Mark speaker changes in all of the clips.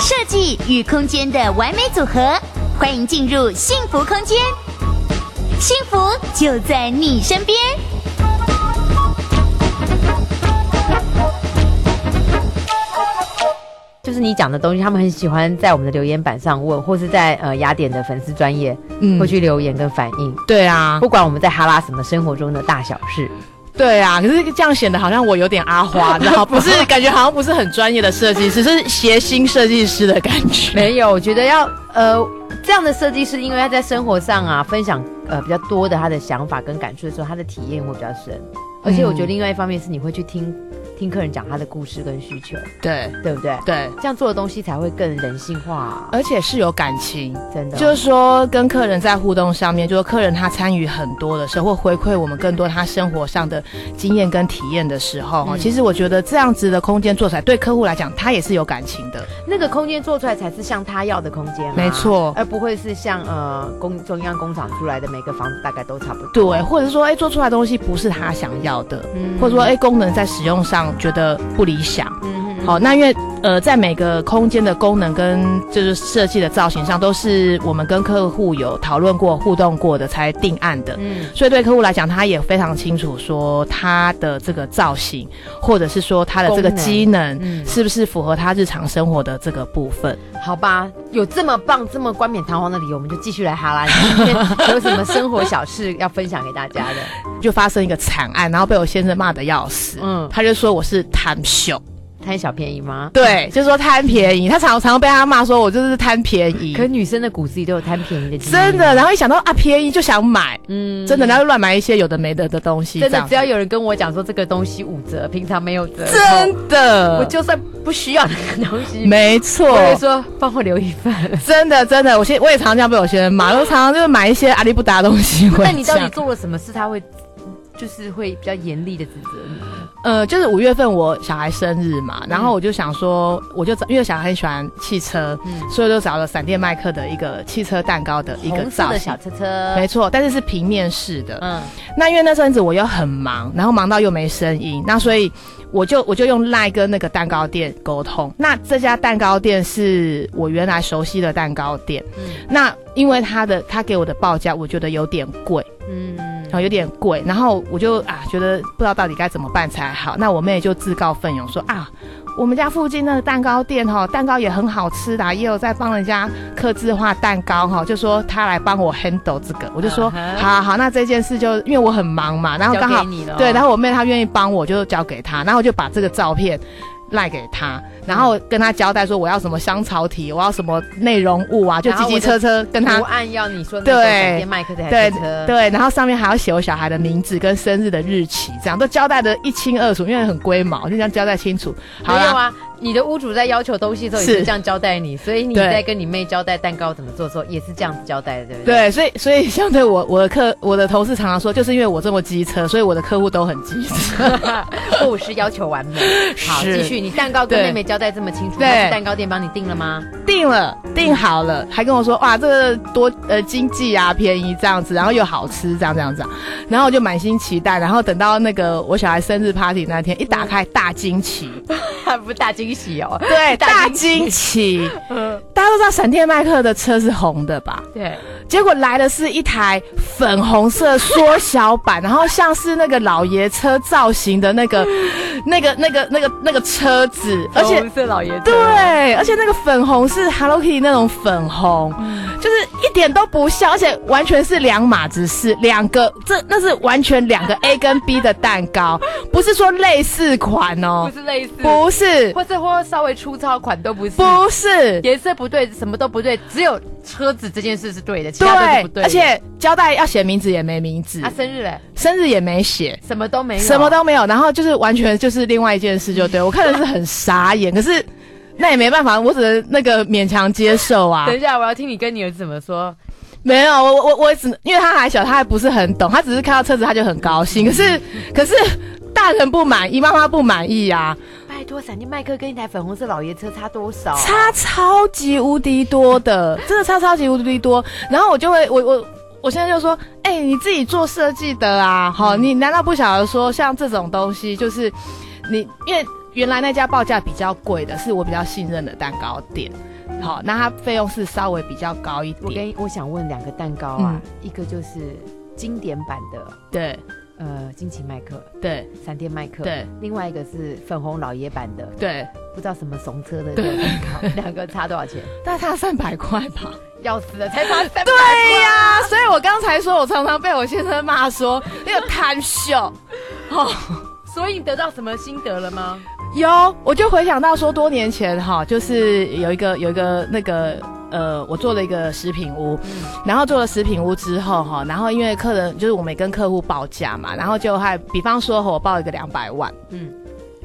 Speaker 1: 设计与空间的完美组合，欢迎进入幸福空间，幸福就在你身边。
Speaker 2: 就是你讲的东西，他们很喜欢在我们的留言板上问，或是在呃雅典的粉丝专业
Speaker 3: 嗯
Speaker 2: 会去留言跟反应。
Speaker 3: 对啊，
Speaker 2: 不管我们在哈拉什么生活中的大小事，
Speaker 3: 对啊，可是这样显得好像我有点阿 花，然后不是感觉好像不是很专业的设计师，是谐星设计师的感觉。
Speaker 2: 没有，我觉得要呃这样的设计师，因为他在生活上啊分享呃比较多的他的想法跟感触的时候，他的体验会比较深。
Speaker 3: 嗯
Speaker 2: 而且我觉得另外一方面是你会去听听客人讲他的故事跟需求，
Speaker 3: 对
Speaker 2: 对不对？
Speaker 3: 对，
Speaker 2: 这样做的东西才会更人性化、
Speaker 3: 而且是有感情。
Speaker 2: 真的。
Speaker 3: 就是说，跟客人在互动上面，就是客人他参与很多的时候，或回馈我们更多他生活上的经验跟体验的时候，哈、
Speaker 2: 嗯
Speaker 3: 其实我觉得这样子的空间做起来，对客户来讲，他也是有感情的。
Speaker 2: 那个空间做出来才是像他要的空间嘛，
Speaker 3: 没错
Speaker 2: 而不会是像呃工中央工厂出来的每个房子大概都差不多。
Speaker 3: 对，或者说，哎、做出来的东西不是他想要的，
Speaker 2: 嗯
Speaker 3: 或者说，哎、功能在使用上觉得不理想。
Speaker 2: 嗯嗯
Speaker 3: 好，那因为呃，在每个空间的功能跟就是设计的造型上，都是我们跟客户有讨论过、互动过的才定案的。
Speaker 2: 嗯
Speaker 3: 所以对客户来讲，他也非常清楚说他的这个造型，或者是说他的这个
Speaker 2: 功能
Speaker 3: 机能，
Speaker 2: 嗯
Speaker 3: 是不是符合他日常生活的这个部分？
Speaker 2: 好吧，有这么棒、这么冠冕堂皇的理由，我们就继续来哈拉。你今 天有什么生活小事要分享给大家的？
Speaker 3: 就发生一个惨案，然后被我先生骂的要死。
Speaker 2: 嗯
Speaker 3: 他就说我是贪秀，
Speaker 2: 贪小便宜吗？
Speaker 3: 对，就说贪便宜。他常常被他骂说我就是贪便宜，
Speaker 2: 可女生的骨子里都有贪便宜的基因
Speaker 3: 真的。，然后一想到啊便宜就想买，
Speaker 2: 嗯
Speaker 3: 真的，然后乱买一些有的没的的东西，
Speaker 2: 真
Speaker 3: 这
Speaker 2: 的
Speaker 3: 样，子
Speaker 2: 只要有人跟我讲说这个东西五折，平常没有折扣，
Speaker 3: 真的，
Speaker 2: 我就算不需要那个东西，
Speaker 3: 没错，
Speaker 2: 我会说帮我留一份。
Speaker 3: 真的真的，我先我也常这样被我先生骂，我常常就是买一些阿里不达的东西回
Speaker 2: 那你到
Speaker 3: 家
Speaker 2: 底做了什么事，他会就是会比较严厉的指责你？
Speaker 3: 呃，就是五月份我小孩生日
Speaker 2: 嗯
Speaker 3: 嘛，然后我就想说，我就找，因为小孩很喜欢汽车，
Speaker 2: 嗯
Speaker 3: 所以我就找了闪电麦克的一个汽车蛋糕的一个
Speaker 2: 红色
Speaker 3: 造
Speaker 2: 的
Speaker 3: 型
Speaker 2: 小。车车，
Speaker 3: 没错，但是是平面式的。
Speaker 2: 嗯，
Speaker 3: 那因为那阵子我又很忙，然后忙到又没声音，那所以我就我就用赖跟那个蛋糕店沟通。那这家蛋糕店是我原来熟悉的蛋糕店，
Speaker 2: 嗯
Speaker 3: 那因为他的他给我的报价，我觉得有点贵，
Speaker 2: 嗯
Speaker 3: 然后有点贵，然后我就啊觉得不知道到底该怎么办才好。那我妹就自告奋勇说啊，我们家附近那个蛋糕店哈、蛋糕也很好吃的啊、也有在帮人家刻字化蛋糕哈、就说她来帮我 handle 这个，我就说、
Speaker 2: 嗯哼
Speaker 3: 好好好，那这件事就因为我很忙嘛，然后刚
Speaker 2: 交
Speaker 3: 好
Speaker 2: 给你了哦
Speaker 3: 对，然后我妹她愿意帮我，就交给她，然后我就把这个照片。赖给她，然后
Speaker 2: 嗯
Speaker 3: 跟她交代说我要什么香草体，我要什么内容物啊，就
Speaker 2: 然
Speaker 3: 叽
Speaker 2: 后
Speaker 3: 叽
Speaker 2: 我的
Speaker 3: 车车跟她
Speaker 2: 图案要你说那个
Speaker 3: 对
Speaker 2: 闪电麦克的
Speaker 3: 对
Speaker 2: 小车车，
Speaker 3: 对，然后上面还要写我小孩的名字跟生日的日期，这样都交代的一清二楚，因为很龟毛，就这样交代清楚。好
Speaker 2: 没有
Speaker 3: 啦，
Speaker 2: 啊，你的屋主在要求东西的时候
Speaker 3: 是
Speaker 2: 也是这样交代你，所以你
Speaker 3: 对
Speaker 2: 在跟你妹交代蛋糕怎么做的时候也是这样子交代的，对不对？
Speaker 3: 对，所以所以相对我我的客我的同事常常说，就是因为我这么机车，所以我的客户都很机车。
Speaker 2: 对， 不是要求完美。好，
Speaker 3: 是
Speaker 2: 继续，你蛋糕跟
Speaker 3: 对
Speaker 2: 妹妹交代这么清楚，
Speaker 3: 对
Speaker 2: 那是蛋糕店帮你订了 吗？
Speaker 3: 定了，定好了，还跟我说哇，这个多呃经济啊，便宜这样子，然后又好吃，这样这样这样，然后我就满心期待，然后等到那个我小孩生日 party 那天一打开，大惊 奇，
Speaker 2: 不大惊喜哦。
Speaker 3: 对，
Speaker 2: 大
Speaker 3: 大
Speaker 2: 惊
Speaker 3: 惊奇，
Speaker 2: 嗯，
Speaker 3: 大家都知道闪电麦克的车是红的吧？
Speaker 2: 对，
Speaker 3: 结果来的是一台粉红色缩小版，然后像是那个老爷车造型的那个、 那个、那个、那个、那个车子，而且
Speaker 2: 红色老爷车
Speaker 3: 哦对，而且那个粉红是 Hello Kitty 那种粉红，就是一点都不像，而且完全是两码子事，两个这那是完全两 个 A 跟 B 的蛋糕，不是说类似款哦
Speaker 2: 不，是类似，
Speaker 3: 不是，
Speaker 2: 或是或稍微粗糙款都不是，
Speaker 3: 不是，
Speaker 2: 颜色不对，什么都不对，只有车子这件事是对的，其他都是不对的。
Speaker 3: 对，而且交代要写名字也没名字
Speaker 2: 啊，，生日嘞，
Speaker 3: 生日也没写。
Speaker 2: 什么都没有，
Speaker 3: 什么都没有，然后就是完全就是另外一件事，就 对我看的是很傻眼，可是那也没办法，我只能那个勉强接受啊
Speaker 2: 等。一下，我要听你跟你儿子怎么说。
Speaker 3: 没有，我我我只因为他还小，他还不是很懂，他只是看到车子他就很高兴，可是可是大人不满意，妈妈不满意啊，
Speaker 2: 拜托，闪电麦克跟一台粉红色老爷车差多少？
Speaker 3: 差超级无敌多的，真的差超级无敌多。然后我就会我我。我现在就说，哎、你自己做设计的啊，好，你难道不晓得说像这种东西，就是你因为原来那家报价比较贵的，是我比较信任的蛋糕店，好，那它费用是稍微比较高一
Speaker 2: 我
Speaker 3: 点，
Speaker 2: 跟我想问两个蛋糕啊，一个就是经典版的
Speaker 3: 对
Speaker 2: 呃金奇麦克、
Speaker 3: 对
Speaker 2: 闪电麦克，
Speaker 3: 对，
Speaker 2: 另外一个是粉红老爷版的，
Speaker 3: 对，
Speaker 2: 不知道什么怂车的那个蛋糕，两个差多少钱？
Speaker 3: 但它三百块吧。
Speaker 2: 要死了，才花三百
Speaker 3: 对呀、所以我刚才说，我常常被我先生骂说那个贪秀。哦，
Speaker 2: 所以你得到什么心得了吗？
Speaker 3: 有，我就回想到说多年前哈，就是有一个有一个那个呃，我做了一个食品屋，
Speaker 2: 嗯
Speaker 3: 然后做了食品屋之后哈，然后因为客人就是我们也跟客户报价嘛，然后就还比方说我报一个两百万，
Speaker 2: 嗯
Speaker 3: 嗯。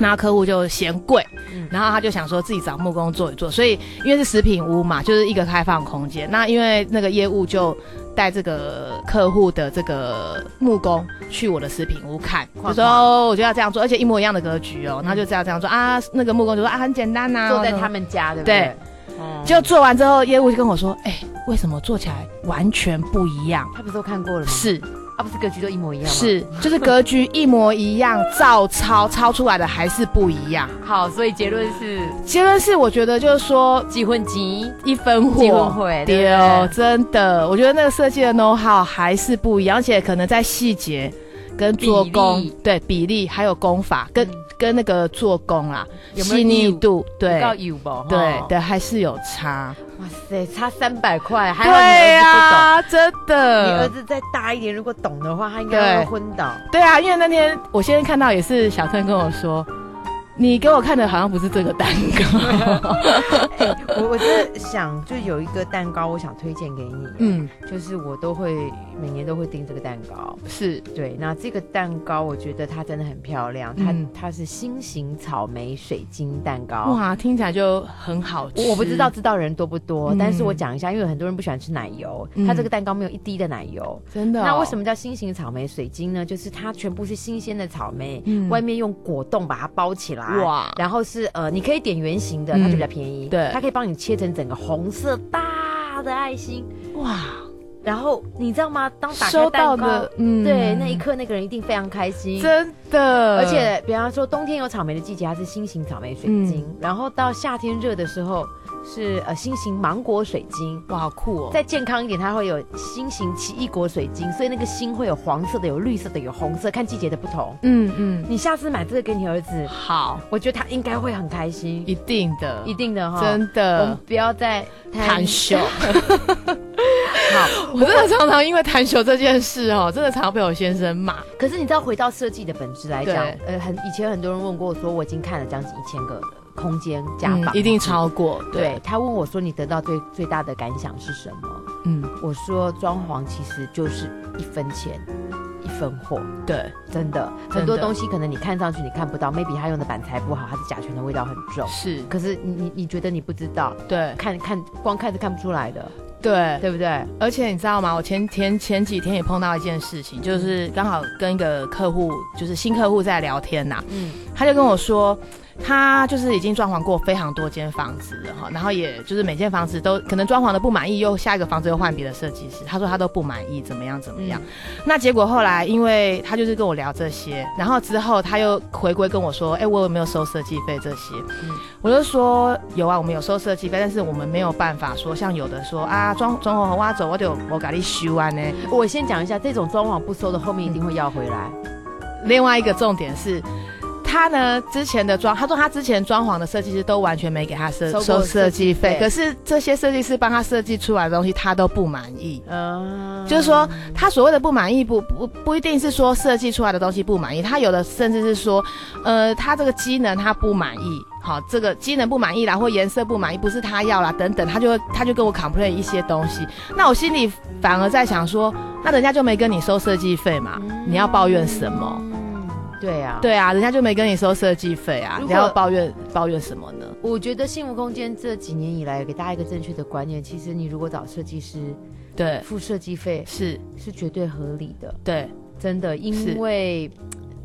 Speaker 3: 那客户就嫌贵
Speaker 2: 嗯，
Speaker 3: 然后他就想说自己找木工做一做，所以因为是食品屋嘛，就是一个开放空间。那因为那个业务就带这个客户的这个木工去我的食品屋看，
Speaker 2: 跨
Speaker 3: 就说哦，我就要这样做，而且一模一样的格局哦，然后就这样这样做啊。那个木工就说啊，很简单呐、
Speaker 2: 坐在嗯他们家，对不对？哦
Speaker 3: 就做完之后，业务就跟我说，哎、为什么做起来完全不一样？
Speaker 2: 他不是都看过了吗？
Speaker 3: 是
Speaker 2: 啊，不是格局都一模一样吗？，
Speaker 3: 是，就是格局一模一样，照抄抄出来的还是不一 样。
Speaker 2: 好，所以结论是
Speaker 3: 结论是，我觉得就是说
Speaker 2: 几婚急，
Speaker 3: 一分
Speaker 2: 几婚
Speaker 3: 货。
Speaker 2: 会，对
Speaker 3: 对
Speaker 2: 不
Speaker 3: 哦
Speaker 2: 对，
Speaker 3: 真的，我觉得那个设计的 know how 还是不一样，而且可能在细节跟做工
Speaker 2: 比例，
Speaker 3: 对比例还有工法跟、
Speaker 2: 嗯
Speaker 3: 跟那个做工啦，
Speaker 2: 有没有
Speaker 3: 细腻度，
Speaker 2: 不
Speaker 3: 对
Speaker 2: 告有吧？
Speaker 3: 对
Speaker 2: 哈
Speaker 3: 对，还是有差。
Speaker 2: 哇塞，差三百块，还好
Speaker 3: 对啊
Speaker 2: 你儿子
Speaker 3: 呀、真
Speaker 2: 不懂。你儿
Speaker 3: 的，
Speaker 2: 子再大一点，如果懂的话，他应该
Speaker 3: 对
Speaker 2: 会昏倒。
Speaker 3: 对啊，因为那天我先生看到也是小郑跟我说，你给我看的好像不是这个蛋糕。
Speaker 2: 我我真的想，就有一个蛋糕，我想推荐给你，嗯，
Speaker 3: 嗯，
Speaker 2: 就是我都会每年都会订这个蛋糕，
Speaker 3: 是
Speaker 2: 对，那这个蛋糕我觉得它真的很漂亮，它、
Speaker 3: 嗯
Speaker 2: 它是心形草莓水晶蛋糕。
Speaker 3: 哇，听起来就很好吃。
Speaker 2: 我我不知道，知道人多不多，
Speaker 3: 嗯
Speaker 2: 但是我讲一下，因为很多人不喜欢吃奶油，
Speaker 3: 嗯
Speaker 2: 它这个蛋糕没有一滴的奶油。
Speaker 3: 真的哦、
Speaker 2: 那为什么叫心形草莓水晶呢？就是它全部是新鲜的草莓，
Speaker 3: 嗯
Speaker 2: 外面用果冻把它包起来。
Speaker 3: 哇
Speaker 2: 然后是呃，你可以点圆形的，
Speaker 3: 嗯
Speaker 2: 它就比较便宜。
Speaker 3: 对
Speaker 2: 它可以帮你切成整个红色大的爱心。
Speaker 3: 哇？
Speaker 2: 然后你知道吗？当打开
Speaker 3: 收到
Speaker 2: 蛋糕，
Speaker 3: 的，嗯
Speaker 2: 对那一刻，那个人一定非常开心。
Speaker 3: 真的，
Speaker 2: 而且，比方说冬天有草莓的季节，它是新型草莓水晶；
Speaker 3: 嗯
Speaker 2: 然后到夏天热的时候是呃新型芒果水晶。
Speaker 3: 哇，好酷哦！
Speaker 2: 再健康一点，它会有新型奇异果水晶，所以那个心会有黄色的、有绿色的、有红色，看季节的不同。
Speaker 3: 嗯嗯，
Speaker 2: 你下次买这个给你儿子，
Speaker 3: 好，
Speaker 2: 我觉得他应该会很开心，
Speaker 3: 一定的，
Speaker 2: 一定的哈。
Speaker 3: 真
Speaker 2: 我们
Speaker 3: 的。
Speaker 2: 不要再
Speaker 3: 弹
Speaker 2: 秀。
Speaker 3: 袖，
Speaker 2: 好，
Speaker 3: 我真的常常因为弹袖这件事哦，真的常常被我先生骂。
Speaker 2: 可是你知道，回到设计的本质来讲
Speaker 3: 对，
Speaker 2: 呃，很以前很多人问过我说，我已经看了将近一千个空间家
Speaker 3: 嗯
Speaker 2: 访、
Speaker 3: 一定超过，
Speaker 2: 嗯对，他问我说：“你得到最最大的感想是什么
Speaker 3: 嗯，？”
Speaker 2: 我说：“装潢其实就是一分钱一分货，
Speaker 3: 对，
Speaker 2: 真的，
Speaker 3: 的
Speaker 2: 很多东西可能你看上去你看不到，maybe 他用的板材不好，他的甲醛的味道很重，
Speaker 3: 是，
Speaker 2: 可是你你你觉得你不知道，
Speaker 3: 对
Speaker 2: 看看光看是看不出来的，
Speaker 3: 对。
Speaker 2: 对不对？
Speaker 3: 而且你知道吗？我前前前几天也碰到一件事情，就是刚好跟一个客户，就是新客户在聊天呐、啊
Speaker 2: 嗯，
Speaker 3: 他就跟我说，他就是已经装潢过非常多间房子了哈，然后也就是每间房子都可能装潢的不满意，又下一个房子又换别的设计师，他说他都不满意，怎么样怎么样。那结果后来，因为他就是跟我聊这些，然后之后他又回归跟我说，哎、我有没有收设计费这些？
Speaker 2: 嗯
Speaker 3: 我就说有啊，我们有收设计费，但是我们没有办法说像有的说啊，装装潢挖走，我就我给你修完呢。
Speaker 2: 我先讲一下，这种装潢不收的，后面一定会要回来。
Speaker 3: 另外一个重点是，他呢之前的装，他说他之前装潢的设计师都完全没给他设
Speaker 2: 收过
Speaker 3: 收设计费
Speaker 2: 设计费，
Speaker 3: 可是这些设计师帮他设计出来的东西，他都不满意。
Speaker 2: 嗯，
Speaker 3: 就是说，他所谓的不满意不，不不一定是说设计出来的东西不满意，他有的甚至是说，呃，他这个机能他不满意，好，这个机能不满意啦，或颜色不满意，不是他要啦，等等，他就他就跟我 complain 一些东西，那我心里反而在想说，那人家就没跟你收设计费嘛，你要抱怨什么？
Speaker 2: 嗯，对啊，
Speaker 3: 对啊，人家就没跟你收设计费啊
Speaker 2: 如，
Speaker 3: 你
Speaker 2: 果
Speaker 3: 要抱怨抱怨什么呢？
Speaker 2: 我觉得幸福空间这几年以来，给大家一个正确的观念，其实你如果找设计师，
Speaker 3: 对，
Speaker 2: 付设计费
Speaker 3: 是，
Speaker 2: 是绝对合理的，
Speaker 3: 对，
Speaker 2: 真的，因为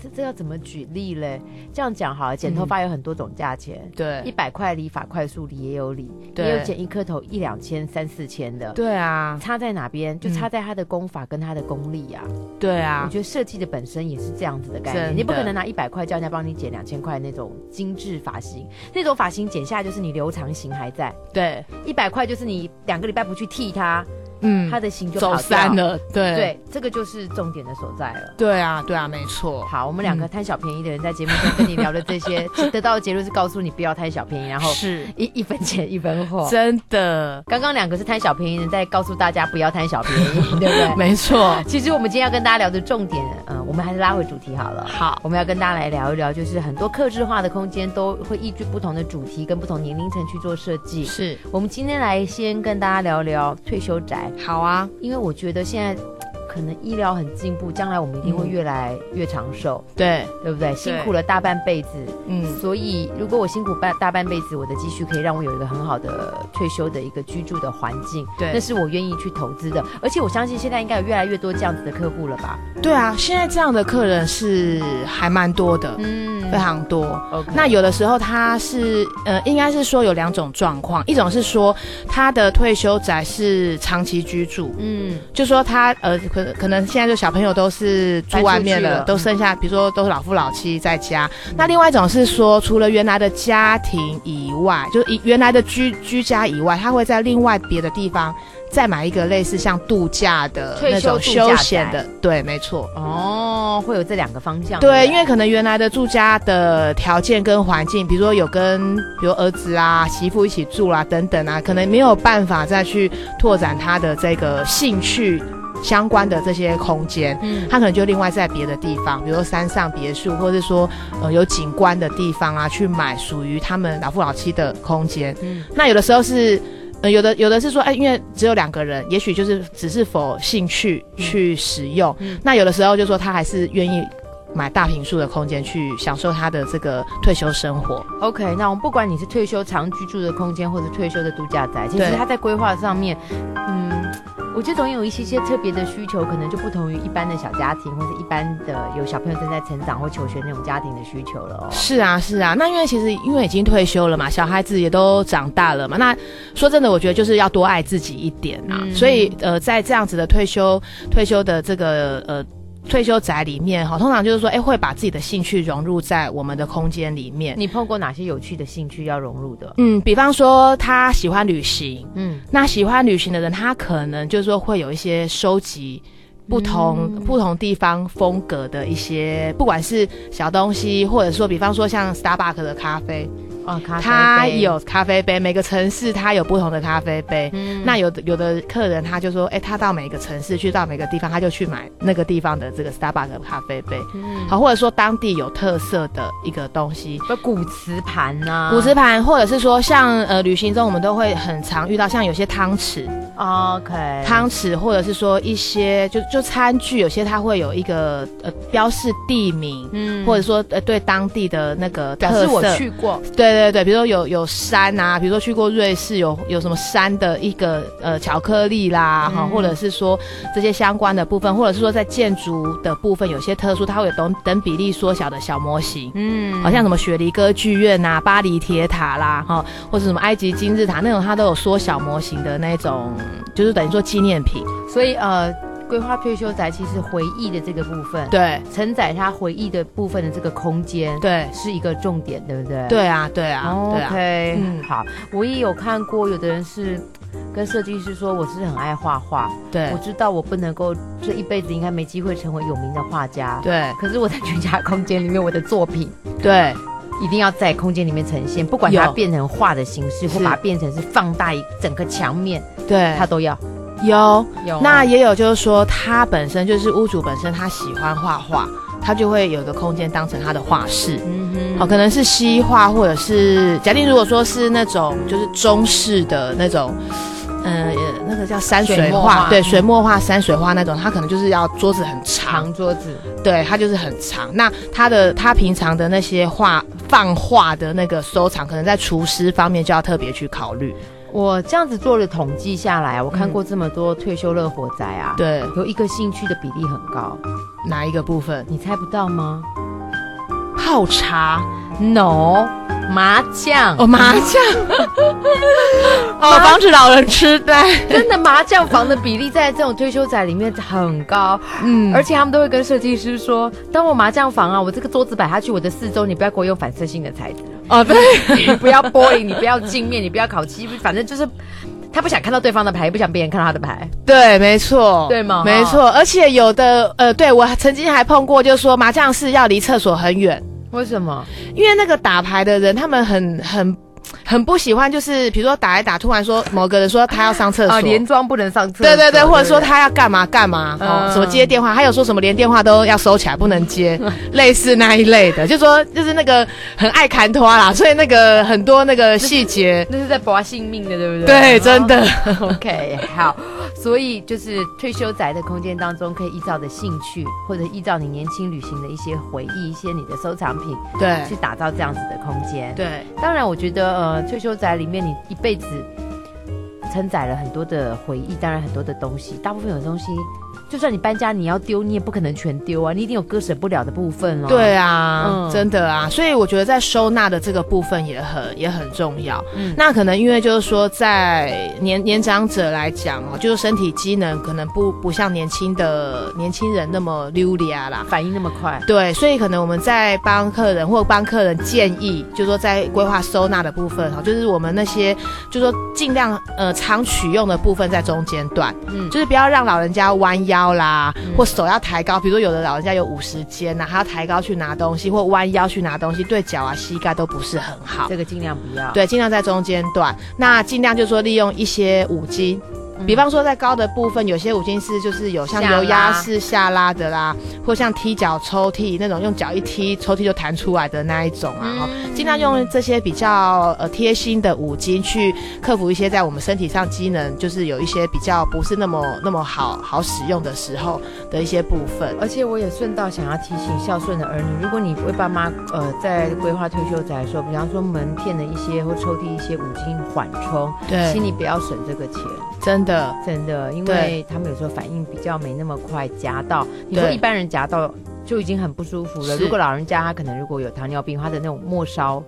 Speaker 2: 这这要怎么举例嘞？这样讲好了，剪头发有很多种价钱，一
Speaker 3: 对
Speaker 2: 百块理发快速理也有理，
Speaker 3: 嗯对
Speaker 2: 也有剪一颗头一两千、三四千的。
Speaker 3: 对啊，
Speaker 2: 差在哪边？就差在它的功法跟它的功力啊！
Speaker 3: 对
Speaker 2: 我
Speaker 3: 啊，
Speaker 2: 觉得设计的本身也是这样子的概
Speaker 3: 真
Speaker 2: 念，
Speaker 3: 的
Speaker 2: 你不可能拿一百块叫人家帮你剪两千块那种精致发型，那种发型剪下来就是你留长型还在，
Speaker 3: 对，
Speaker 2: 一百块就是你两个礼拜不去剃它，
Speaker 3: 嗯，
Speaker 2: 它的型就跑
Speaker 3: 走
Speaker 2: 掉
Speaker 3: 散。了，对
Speaker 2: 对，这个就是重点的所在了。
Speaker 3: 对啊，对啊，没错，
Speaker 2: 好，我们两个贪小便宜的人在节目中跟你聊了这些，得到的结论是告诉你不要贪小便宜，然后
Speaker 3: 是
Speaker 2: 一一分钱一分货。
Speaker 3: 真的，
Speaker 2: 刚刚两个是贪小便宜的人在告诉大家不要贪小便宜，对不对？
Speaker 3: 没错，
Speaker 2: 其实我们今天要跟大家聊的重点，嗯，我们还是拉回主题好了。
Speaker 3: 好，
Speaker 2: 我们要跟大家来聊一聊，就是很多客制化的空间都会依据不同的主题跟不同年龄层去做设计。
Speaker 3: 是
Speaker 2: 我们今天来先跟大家聊聊退休宅，
Speaker 3: 好啊，
Speaker 2: 因为我觉得现在可能医疗很进步，将来我们一定会越来越长寿，
Speaker 3: 对，
Speaker 2: 对不对？辛苦了大半辈子，
Speaker 3: 嗯，
Speaker 2: 所以如果我辛苦半大半辈子，我的积蓄可以让我有一个很好的退休的一个居住的环境，
Speaker 3: 对
Speaker 2: 那是我愿意去投资的。而且我相信现在应该有越来越多这样子的客户了吧？
Speaker 3: 对啊，现在这样的客人是还蛮多的，
Speaker 2: 嗯
Speaker 3: 非常多。
Speaker 2: OK
Speaker 3: 那有的时候他是呃，应该是说有两种状况，一种是说他的退休宅是长期居住，
Speaker 2: 嗯，
Speaker 3: 就说他呃，可可能现在就小朋友都是住外面了，
Speaker 2: 搬出去了
Speaker 3: 都剩下比如说都是老夫老妻在家。那另外一种是说，除了原来的家庭以外，就是以原来的居居家以外，他会在另外别的地方再买一个类似像度假的
Speaker 2: 退
Speaker 3: 那
Speaker 2: 休
Speaker 3: 种
Speaker 2: 度假
Speaker 3: 休闲
Speaker 2: 宅
Speaker 3: 的，对，没错。
Speaker 2: 哦，会有这两个方向。
Speaker 3: 对，
Speaker 2: 不
Speaker 3: 因为可能原来的住家的条件跟环境，比如说有跟比如儿子啊、媳妇一起住啦、等等啊，可能没有办法再去拓展他的这个兴趣相关的这些空间。
Speaker 2: 嗯，
Speaker 3: 他可能就另外在别的地方，比如说山上别墅，或者是说呃有景观的地方啊，去买属于他们老夫老妻的空间。
Speaker 2: 嗯
Speaker 3: 那有的时候是，呃，有的有的是说，哎，因为只有两个人，也许就是只是否兴趣去使用。
Speaker 2: 嗯
Speaker 3: 那有的时候就说他还是愿意买大平数的空间去享受他的这个退休生活。
Speaker 2: OK，那我们不管你是退休常居住的空间，或者退休的度假宅，其实
Speaker 3: 对
Speaker 2: 它在规划上面，嗯，我觉得总有一些些特别的需求，可能就不同于一般的小家庭，或者一般的有小朋友正在成长或求学那种家庭的需求了哦。
Speaker 3: 是啊，是啊。那因为其实因为已经退休了嘛，小孩子也都长大了嘛。那说真的，我觉得就是要多爱自己一点啊。
Speaker 2: 嗯
Speaker 3: 所以呃，在这样子的退休退休的这个呃。退休宅里面哈，通常就是说，哎、会把自己的兴趣融入在我们的空间里面。
Speaker 2: 你碰过哪些有趣的兴趣要融入的？
Speaker 3: 嗯，比方说他喜欢旅行，
Speaker 2: 嗯，
Speaker 3: 那喜欢旅行的人，他可能就是说会有一些收集不同、
Speaker 2: 嗯
Speaker 3: 不同地方风格的一些，不管是小东西，或者说比方说像 Starbucks 的啊咖啡，
Speaker 2: 哦，咖啡
Speaker 3: 它
Speaker 2: 杯，
Speaker 3: 有咖啡杯，每个城市它有不同的咖啡杯。
Speaker 2: 嗯
Speaker 3: 那有的有的客人他就说，哎、他到每个城市去到每个地方，他就去买那个地方的这个 Starbucks 的咖啡杯，
Speaker 2: 嗯
Speaker 3: 好，或者说当地有特色的一个东西，
Speaker 2: 有骨瓷盘啊呐、
Speaker 3: 骨瓷盘，或者是说像呃旅行中我们都会很常遇到，像有些汤匙，
Speaker 2: ，OK，
Speaker 3: 汤匙，或者是说一些就就餐具，有些它会有一个呃标示地名，
Speaker 2: 嗯
Speaker 3: 或者说呃对当地的那个
Speaker 2: 表
Speaker 3: 特
Speaker 2: 示
Speaker 3: 色
Speaker 2: 我，去过，
Speaker 3: 对对对，比如说有有山啊，比如说去过瑞士有有什么山的一个呃巧克力啦哈、
Speaker 2: 嗯
Speaker 3: 或者是说这些相关的部分，或者是说在建筑的部分有些特殊，它会有等等比例缩小的小模型。
Speaker 2: 嗯
Speaker 3: 好像什么雪梨歌剧院呐、巴黎铁塔啦，哈、或者什么埃及金字塔那种，它都有缩小模型的那种，就是等于说纪念品。
Speaker 2: 所以呃，规划退休宅其实回忆的这个部分，
Speaker 3: 对
Speaker 2: 承载它回忆的部分的这个空间，，
Speaker 3: 对
Speaker 2: 是一个重点，对不对？
Speaker 3: 对啊，对啊，
Speaker 2: 哦
Speaker 3: 对啊，
Speaker 2: ，OK，、
Speaker 3: 嗯
Speaker 2: 好，我也有看过，有的人是。跟设计师说我是很爱画画，
Speaker 3: 对
Speaker 2: 我知道我不能够这一辈子应该没机会成为有名的画家，。
Speaker 3: 对
Speaker 2: 可是我在居家空间里面，我的作品
Speaker 3: 对
Speaker 2: 一定要在空间里面呈现，不管它
Speaker 3: 有
Speaker 2: 变成画的形式，或
Speaker 3: 是
Speaker 2: 把它变成是放大一整个墙面，
Speaker 3: 对
Speaker 2: 它，都要
Speaker 3: 有。
Speaker 2: 有啊
Speaker 3: 那也有就是说，他本身就是屋主本身，他喜欢画画，他就会有一个空间当成他的画室。
Speaker 2: 嗯哼
Speaker 3: 哦，可能是西画，或者是假定如果说是那种就是中式的那种，呃，那个叫山
Speaker 2: 水
Speaker 3: 水
Speaker 2: 墨
Speaker 3: 画，
Speaker 2: 画
Speaker 3: 对，
Speaker 2: 嗯
Speaker 3: 水墨画、山水画那种，它可能就是要桌子很长，
Speaker 2: 长桌子，
Speaker 3: 对，它就是很长。那它的它平常的那些画放画的那个收藏，可能在厨师方面就要特别去考虑。
Speaker 2: 我这样子做了统计下来，我看过这么多退休乐活宅啊，，
Speaker 3: 对，
Speaker 2: 有一个兴趣的比例很高，
Speaker 3: 哪一个部分？
Speaker 2: 你猜不到吗？
Speaker 3: 泡茶
Speaker 2: no 麻将
Speaker 3: 哦，麻 将哦，防止老人痴呆。
Speaker 2: 真的麻将房的比例在这种退休仔里面很高，
Speaker 3: 嗯，
Speaker 2: 而且他们都会跟设计师说，当我麻将房啊，我这个桌子摆下去，我的四周你不要给我用反射性的材质，
Speaker 3: 哦对，
Speaker 2: 你不要玻璃，你不要镜面，你不要烤漆，反正就是他不想看到对方的牌，也不想别人看到他的牌。
Speaker 3: 对，没错，
Speaker 2: 对嘛
Speaker 3: 没错，而且有的呃，对我曾经还碰过，就是说麻将室要离厕所很远，
Speaker 2: 为什么？
Speaker 3: 因为那个打牌的人他们很很很不喜欢，就是比如说打一打，突然说某个人说他要上厕所。
Speaker 2: 啊，连装不能上厕所。
Speaker 3: 对对对，或者说
Speaker 2: 不
Speaker 3: 他要干嘛干嘛，哦
Speaker 2: 嗯，
Speaker 3: 什么接电话，还有说什么连电话都要收起来，不能 接，类似那一类的，就说就是那个很爱砍拖啦， 所以那个很多那个细节，
Speaker 2: 那是在保性命的，对不对？
Speaker 3: 对，真的。
Speaker 2: OK，好，所以就是退休宅的空间当中，可以依照的兴趣，或者依照你年轻旅行的一些回忆、一些你的收藏品，
Speaker 3: 对
Speaker 2: 去打造这样子的空间。，
Speaker 3: 对，
Speaker 2: 当然我觉得呃，退休宅里面你一辈子承载了很多的回忆，当然很多的东西，大部分有东西，就算你搬家你要丢，你也不可能全丢啊，你一定有割舍不了的部分哦。
Speaker 3: 对啊，
Speaker 2: 嗯
Speaker 3: 真的啊，所以我觉得在收纳的这个部分也很也很重要。
Speaker 2: 嗯
Speaker 3: 那可能因为就是说，在年年长者来讲哦，就是身体机能可能不不像年轻的年轻人那么溜利啊啦。
Speaker 2: 反应那么快，
Speaker 3: 对，所以可能我们在帮客人或帮客人建议，就是说在规划收纳的部分哈，就是我们那些就是说尽量呃常取用的部分在中间段，
Speaker 2: 嗯，
Speaker 3: 就是不要让老人家弯腰啦，
Speaker 2: 嗯
Speaker 3: 或手要抬高。比如说有的老人家有五十肩呐，他要抬高去拿东西，或弯腰去拿东西，对脚啊、膝盖都不是很好。
Speaker 2: 这个尽量不要。，
Speaker 3: 对，尽量在中间段，那尽量就是说利用一些五金。
Speaker 2: 嗯
Speaker 3: 比方说，在高的部分，有些五金是就是有像
Speaker 2: 下拉
Speaker 3: 油压式下拉的啦，或像踢脚抽屉那种用脚一踢抽屉就弹出来的那一种啊，哦
Speaker 2: 嗯
Speaker 3: 尽、量用这些比较呃贴心的五金去克服一些在我们身体上机能就是有一些比较不是那么那么好好使用的时候的一些部分。
Speaker 2: 而且我也顺道想要提醒孝顺的儿女，如果你为爸妈呃在规划退休宅的时候，比方说门片的一些或抽屉一些五金缓冲，请
Speaker 3: 对，
Speaker 2: 你不要省这个钱，
Speaker 3: 真的，
Speaker 2: 真的，因为
Speaker 3: 对
Speaker 2: 他们有时候反应比较没那么快，夹到你说
Speaker 3: 对
Speaker 2: 一般人夹到就已经很不舒服了，
Speaker 3: 是
Speaker 2: 如果老人家他可能如果有糖尿病，他的那种末梢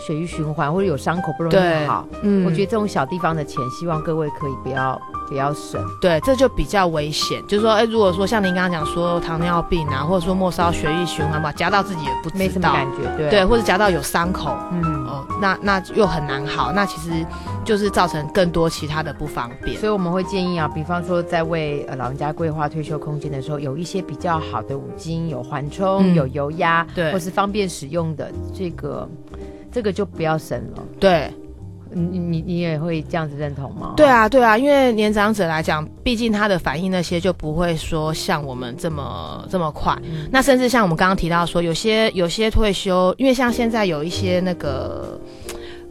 Speaker 2: 血液循环或者有伤口不容易
Speaker 3: 对
Speaker 2: 好，
Speaker 3: 嗯
Speaker 2: 我觉得这种小地方的钱，希望各位可以不要不要省。
Speaker 3: 对，这就比较危险。就是说，哎，如果说像您刚刚讲说糖尿病啊，或者说末梢血液循环吧，夹到自己也不
Speaker 2: 没
Speaker 3: 知
Speaker 2: 什么
Speaker 3: 道
Speaker 2: 感，觉，对
Speaker 3: 对，，或者夹到有伤口
Speaker 2: 嗯，
Speaker 3: 哦，那那又很难好，那其实就是造成更多其他的不方便。
Speaker 2: 所以我们会建议啊，比方说在为呃老人家规划退休空间的时候，有一些比较好的五金，有缓冲，
Speaker 3: 嗯
Speaker 2: 有油压，
Speaker 3: 对
Speaker 2: 或是方便使用的这个，这个就不要省了。
Speaker 3: 对，
Speaker 2: 你你你也会这样子认同吗？
Speaker 3: 对，啊，对啊，因为年长者来讲，毕竟他的反应那些就不会说像我们这么这么快。
Speaker 2: 嗯
Speaker 3: 那甚至像我们刚刚提到说，有些有些退休，因为像现在有一些那个。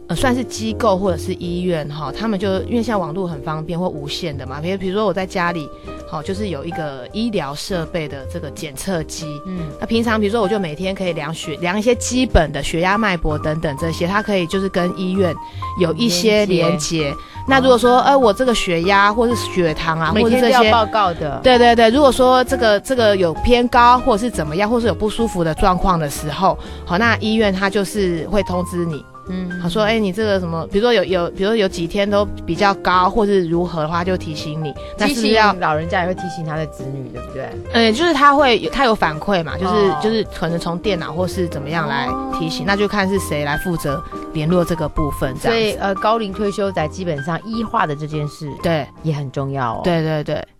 Speaker 3: 呃，算是机构或者是医院哈，他们就因为像网络很方便或无线的嘛，比如比如说我在家里，好就是有一个医疗设备的这个检测机，
Speaker 2: 嗯，
Speaker 3: 那平常比如说我就每天可以量血量一些基本的血压、脉搏等等这些，它可以就是跟医院有一些
Speaker 2: 连
Speaker 3: 连接。那如果说呃我这个血压或是血糖啊，
Speaker 2: 每
Speaker 3: 或者
Speaker 2: 天都
Speaker 3: 这
Speaker 2: 要
Speaker 3: 些。
Speaker 2: 报告的，，
Speaker 3: 对对对，如果说呃这个这个有偏高，或者是怎么样，或是有不舒服的状况的时候，好，那医院他就是会通知你，
Speaker 2: 嗯
Speaker 3: 他说，哎、你这个什么，比如说有有，比如说有几天都比较高，或是如何的话，就提醒你，那
Speaker 2: 提
Speaker 3: 是不是
Speaker 2: 醒
Speaker 3: 要
Speaker 2: 老人家也会提醒他的子女，对不对？
Speaker 3: 呃，就是他会有他有反馈嘛，就是、
Speaker 2: 哦
Speaker 3: 就是可能从电脑或是怎么样来提醒，那就看是谁来负责联络这个部分这
Speaker 2: 所
Speaker 3: 样
Speaker 2: 以
Speaker 3: 子。
Speaker 2: 呃，高龄退休宅基本上医化的这件事
Speaker 3: 对
Speaker 2: 也很重要哦。
Speaker 3: 对对对，